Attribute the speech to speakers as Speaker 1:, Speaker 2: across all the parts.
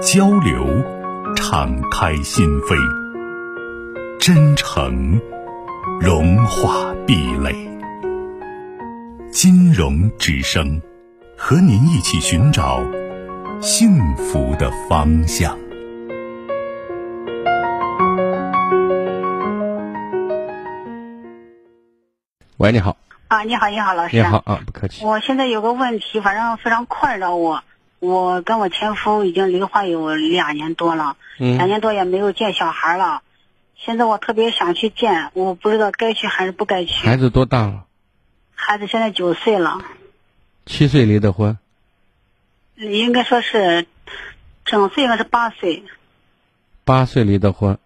Speaker 1: 交流，敞开心扉；真诚，融化壁垒。金融之声，和您一起寻找幸福的方向。
Speaker 2: 喂，你好，
Speaker 3: 啊，你好，你好，老师。
Speaker 2: 你好。啊，不客气。
Speaker 3: 我现在有个问题，反正非常困扰我。我跟我前夫已经离婚有两年多了，
Speaker 2: 嗯
Speaker 3: 两年多也没有见小孩了。现在我特别想去见，我不知道该去还是不该去。
Speaker 2: 孩子多大了？
Speaker 3: 孩子现在九岁了，
Speaker 2: 七岁离的婚，
Speaker 3: 应该说是整岁应该是八岁，
Speaker 2: 八岁离的婚，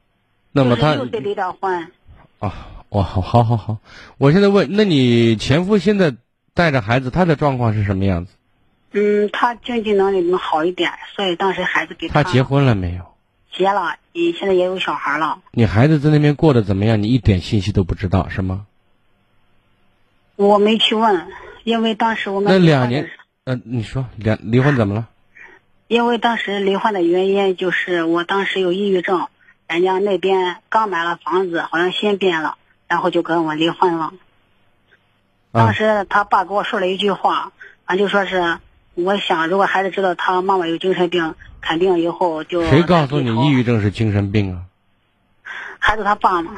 Speaker 2: 那么他
Speaker 3: 六岁离的婚。
Speaker 2: 啊，哇，好，好，好，好。我现在问，那你前夫现在带着孩子，他的状况是什么样子？
Speaker 3: 嗯，他经济能力能好一点，所以当时孩子给
Speaker 2: 他结婚了没有？
Speaker 3: 结了，也现在也有小孩了。
Speaker 2: 你孩子在那边过得怎么样？你一点信息都不知道是吗？
Speaker 3: 我没去问，因为当时我们
Speaker 2: 那
Speaker 3: 离婚
Speaker 2: 两
Speaker 3: 的
Speaker 2: 年
Speaker 3: 时候，
Speaker 2: 呃，你说两离婚怎么了？
Speaker 3: 因为当时离婚的原因就是我当时有抑郁症，人家那边刚买了房子，好像心变了，然后就跟我离婚了。
Speaker 2: 啊
Speaker 3: 当，时他爸给我说了一句话，俺就说是，我想如果孩子知道他妈妈有精神病，肯定以后就
Speaker 2: 谁告诉你抑
Speaker 3: 郁？
Speaker 2: 郁症是精神病啊？
Speaker 3: 孩子他爸嘛，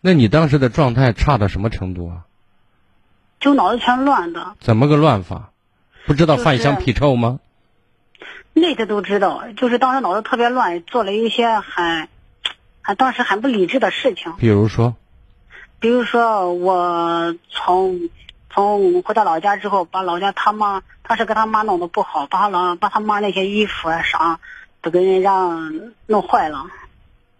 Speaker 2: 那你当时的状态差到什么程度啊？
Speaker 3: 就脑子全乱的，
Speaker 2: 怎么个乱法？不知道
Speaker 3: 就是
Speaker 2: 饭香屁臭吗？
Speaker 3: 那他都知道，就是当时脑子特别乱，做了一些很，很当时很不理智的事情。
Speaker 2: 比如说，
Speaker 3: 比如说我从从回到老家之后，把老家他妈当时跟他妈弄得不好，把他老把他妈那些衣服啊啥都给人家弄坏了。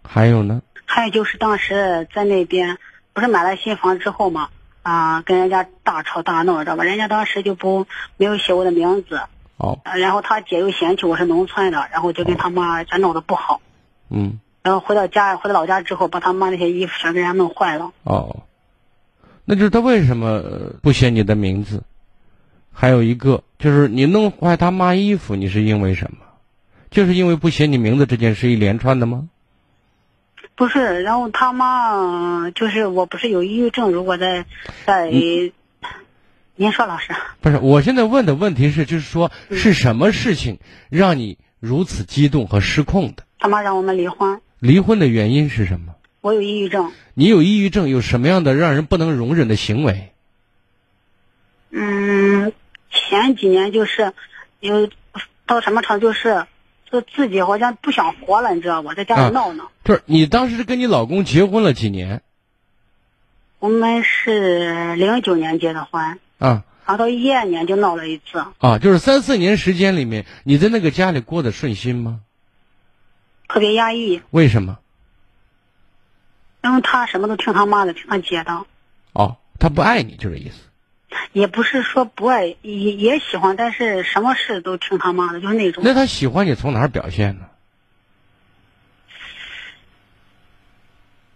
Speaker 2: 还有呢？
Speaker 3: 还有就是当时在那边不是买了新房之后嘛，啊，跟人家大吵大闹，知道吧？人家当时就不没有写我的名字，
Speaker 2: 好，
Speaker 3: 啊然后他姐又嫌弃我是农村的，然后就跟他妈家弄得不好。
Speaker 2: 嗯。
Speaker 3: 然后回到家，回到老家之后，把他妈那些衣服全给人家弄坏了。
Speaker 2: 哦，那就是他为什么呃不写你的名字？还有一个就是你弄坏他妈衣服，你是因为什么？就是因为不写你名字这件事一连串的吗？
Speaker 3: 不是，然后他妈呃就是我不是有抑郁症，如果在在，您说老师，
Speaker 2: 不是，我现在问的问题是，就是说是什么事情让你如此激动和失控的？
Speaker 3: 他妈让我们离婚，
Speaker 2: 离婚的原因是什么？
Speaker 3: 我有抑郁症，
Speaker 2: 你有抑郁症，有什么样的让人不能容忍的行为？
Speaker 3: 嗯，前几年就是有到什么程度，就是就自己好像不想活了，你知道吧，在家
Speaker 2: 啊
Speaker 3: 里闹呢。
Speaker 2: 就是你当时是跟你老公结婚了几年
Speaker 3: 我们是零九年结的婚，
Speaker 2: 啊？
Speaker 3: 然后到一二年就闹了一次，
Speaker 2: 啊，就是三四年时间里面，你在那个家里过得顺心吗？
Speaker 3: 特别压抑。
Speaker 2: 为什么？
Speaker 3: 然后他什么都听他妈的，听他姐的，
Speaker 2: 哦，他不爱你，就这意思。
Speaker 3: 也不是说不爱，也也喜欢，但是什么事都听他妈的，就是那种。
Speaker 2: 那他喜欢你从哪儿表现呢？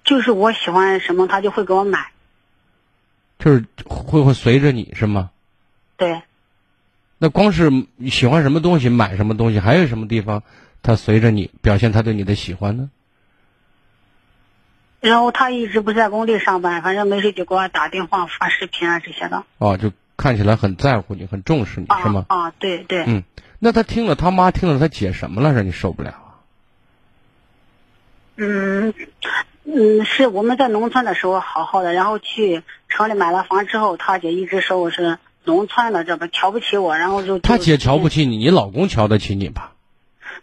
Speaker 3: 就是我喜欢什么，他就会给我买。
Speaker 2: 就是会会随着你是吗？
Speaker 3: 对，
Speaker 2: 那光是喜欢什么东西买什么东西，还有什么地方他随着你表现他对你的喜欢呢？
Speaker 3: 然后他一直不在工地上班，反正没事就给我打电话、发视频啊这些的。
Speaker 2: 哦，就看起来很在乎你，很重视你是
Speaker 3: 啊
Speaker 2: 吗？
Speaker 3: 啊，对对，
Speaker 2: 嗯，那他听了他妈听了他姐什么了，让你受不了啊？
Speaker 3: 嗯嗯，是我们在农村的时候好好的，然后去城里买了房之后，他姐一直说我是农村的，这不瞧不起我，然后就
Speaker 2: 他姐瞧不
Speaker 3: 起
Speaker 2: 起你，你老公瞧得起你吧？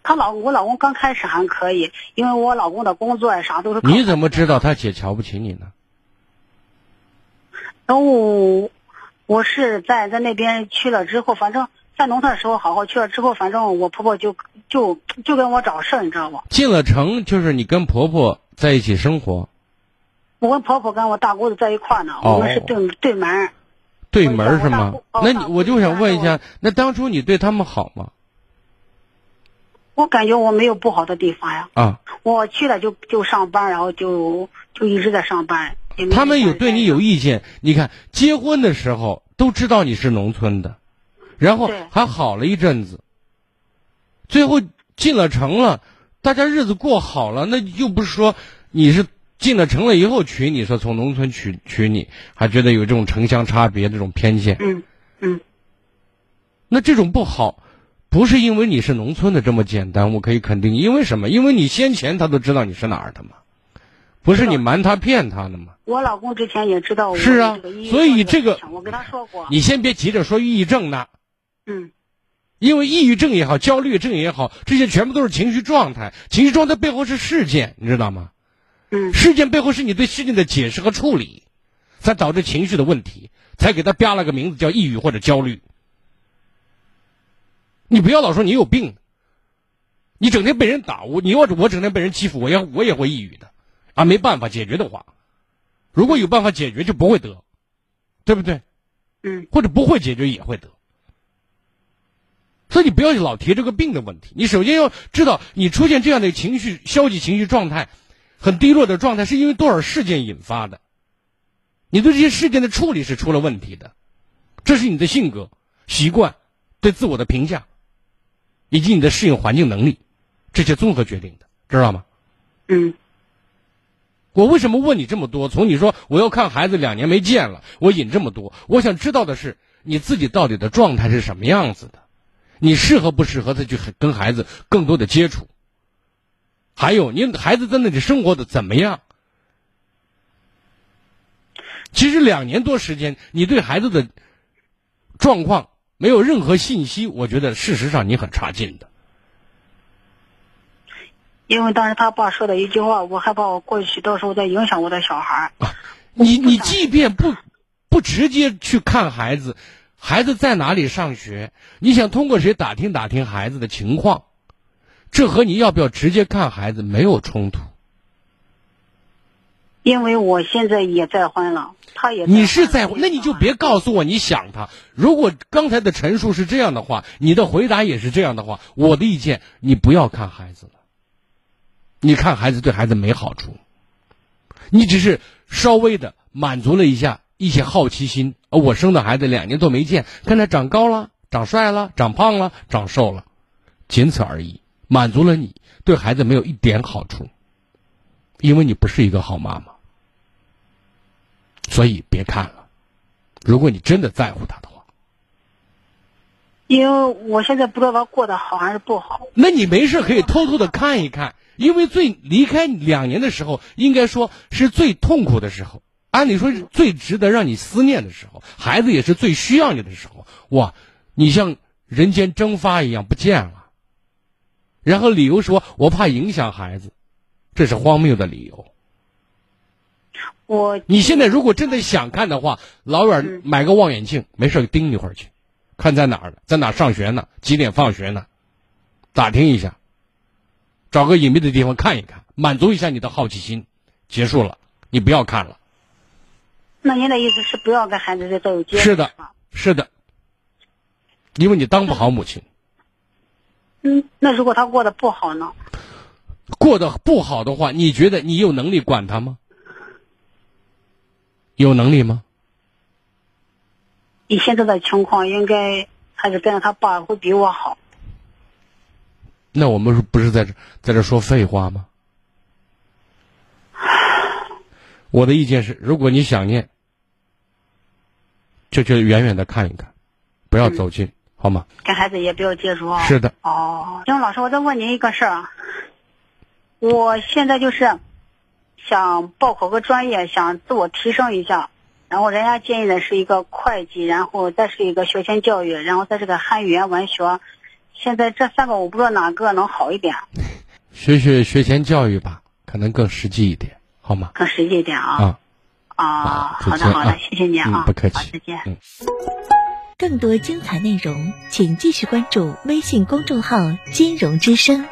Speaker 3: 他老我老公刚开始还可以，因为我老公的工作呀啥都是靠
Speaker 2: 你怎么知道他姐瞧不起你呢？
Speaker 3: 然后我是在在那边去了之后，反正在农村的时候好好去了，之后反正我婆婆就就就跟我找事儿，你知道不？
Speaker 2: 进了城就是你跟婆婆在一起生活，
Speaker 3: 我跟婆婆跟我大姑子在一块儿呢，
Speaker 2: 哦
Speaker 3: 我们是对对门儿。
Speaker 2: 对门儿是吗
Speaker 3: 我？大
Speaker 2: 那
Speaker 3: 姑哦
Speaker 2: 你
Speaker 3: 大姑
Speaker 2: 我就想问一
Speaker 3: 然
Speaker 2: 下，那当初你对他们好吗？
Speaker 3: 我感觉我没有不好的地方呀，
Speaker 2: 啊，
Speaker 3: 我去了就就上班，然后就就一直在上班。也没
Speaker 2: 他们有
Speaker 3: 干
Speaker 2: 对你有意见。你看，结婚的时候都知道你是农村的，然后
Speaker 3: 对
Speaker 2: 还好了一阵子，最后进了城了，大家日子过好了，那又不是说你是进了城了以后娶你，说从农村娶娶你，还觉得有这种城乡差别这种偏见。
Speaker 3: 嗯嗯，
Speaker 2: 那这种不好，不是因为你是农村的这么简单，我可以肯定。因为什么？因为你先前他都知道你是哪儿的嘛，不是你瞒他骗他的嘛。
Speaker 3: 我老公之前也知道我
Speaker 2: 是啊
Speaker 3: 这个抑郁
Speaker 2: 所以
Speaker 3: 症
Speaker 2: 这个
Speaker 3: 事情我跟他说过，
Speaker 2: 你先别急着说抑郁症呢，
Speaker 3: 嗯
Speaker 2: 因为抑郁症也好，焦虑症也好，这些全部都是情绪状态。情绪状态背后是事件，你知道吗？
Speaker 3: 嗯
Speaker 2: 事件背后是你对事件的解释和处理，才导致情绪的问题，才给他标了个名字叫抑郁或者焦虑。你不要老说你有病，你整天被人打，我你要是我整天被人欺负，我也我也会抑郁的，啊，没办法解决的话，如果有办法解决就不会得，对不对？
Speaker 3: 嗯
Speaker 2: 或者不会解决也会得。所以你不要老提这个病的问题，你首先要知道，你出现这样的情绪消极情绪状态，很低落的状态，是因为多少事件引发的。你对这些事件的处理是出了问题的，这是你的性格、习惯、对自我的评价，以及你的适应环境能力，这些综合决定的，知道吗？
Speaker 3: 嗯
Speaker 2: 我为什么问你这么多？从你说我要看孩子两年没见了，我引这么多，我想知道的是你自己到底的状态是什么样子的，你适合不适合再去跟孩子更多的接触，还有你孩子在那里生活的怎么样？其实两年多时间，你对孩子的状况没有任何信息，我觉得事实上你很差劲的。
Speaker 3: 因为当时他爸说的一句话，我害怕我过去到时候再影响我的小孩儿。
Speaker 2: 你
Speaker 3: 不
Speaker 2: 你
Speaker 3: 想
Speaker 2: 即便不不直接去看孩子，孩子在哪里上学，你想通过谁打听打听孩子的情况，这和你要不要直接看孩子没有冲突。
Speaker 3: 因为我现在也再婚了，他也
Speaker 2: 你是在
Speaker 3: 婚
Speaker 2: 乎，
Speaker 3: 了
Speaker 2: 那你就别告诉我你想他。如果刚才的陈述是这样的话，你的回答也是这样的话，我的意见你不要看孩子了。你看孩子对孩子没好处，你只是稍微的满足了一下一些好奇心。呃我生的孩子两年多没见，看他长高了、长帅了、长胖了、长瘦了，仅此而已，满足了你，对孩子没有一点好处，因为你不是一个好妈妈。所以别看了。如果你真的在乎他的话，
Speaker 3: 因为我现在不知道他过得好还是不好。
Speaker 2: 那你没事可以偷偷的看一看，因为最离开你两年的时候，应该说是最痛苦的时候。按理说是最值得让你思念的时候，孩子也是最需要你的时候。哇，你像人间蒸发一样不见了，然后理由说我怕影响孩子，这是荒谬的理由。
Speaker 3: 我
Speaker 2: 你现在如果真的想看的话，老远买个望远镜，没事儿盯一会儿去，看在哪儿呢，在哪儿上学呢，几点放学呢，打听一下，找个隐蔽的地方看一看，满足一下你的好奇心。结束了，你不要看了。
Speaker 3: 那您的意思是不要跟孩子再再有接触？
Speaker 2: 是的，是的，因为你当不好母亲，
Speaker 3: 嗯，那如果他过得不好呢？
Speaker 2: 过得不好的话，你觉得你有能力管他吗？有能力吗？
Speaker 3: 以现在的情况，应该还是跟着他爸会比我好。
Speaker 2: 那我们不是在这在这说废话吗？我的意见是，如果你想念，就去远远的看一看，不要走近，好吗？
Speaker 3: 跟孩子也不要接触啊。
Speaker 2: 是的，
Speaker 3: 哦，行，老师，我再问您一个事儿啊，我现在就是想报考个专业，想自我提升一下。然后人家建议的是一个会计，然后再是一个学前教育，然后再是个汉语言文学。现在这三个我不知道哪个能好一点，
Speaker 2: 学学学前教育吧，可能更实际一点，好吗？
Speaker 3: 更实际一点啊。
Speaker 2: 啊，
Speaker 3: 啊，
Speaker 2: 好
Speaker 3: 好
Speaker 2: 再
Speaker 3: 的
Speaker 2: 见
Speaker 3: 好的
Speaker 2: 啊，
Speaker 3: 谢谢您
Speaker 2: 嗯
Speaker 3: 啊，
Speaker 2: 不客气
Speaker 3: 好，再见。
Speaker 2: 嗯。
Speaker 4: 更多精彩内容，请继续关注微信公众号“金融之声”。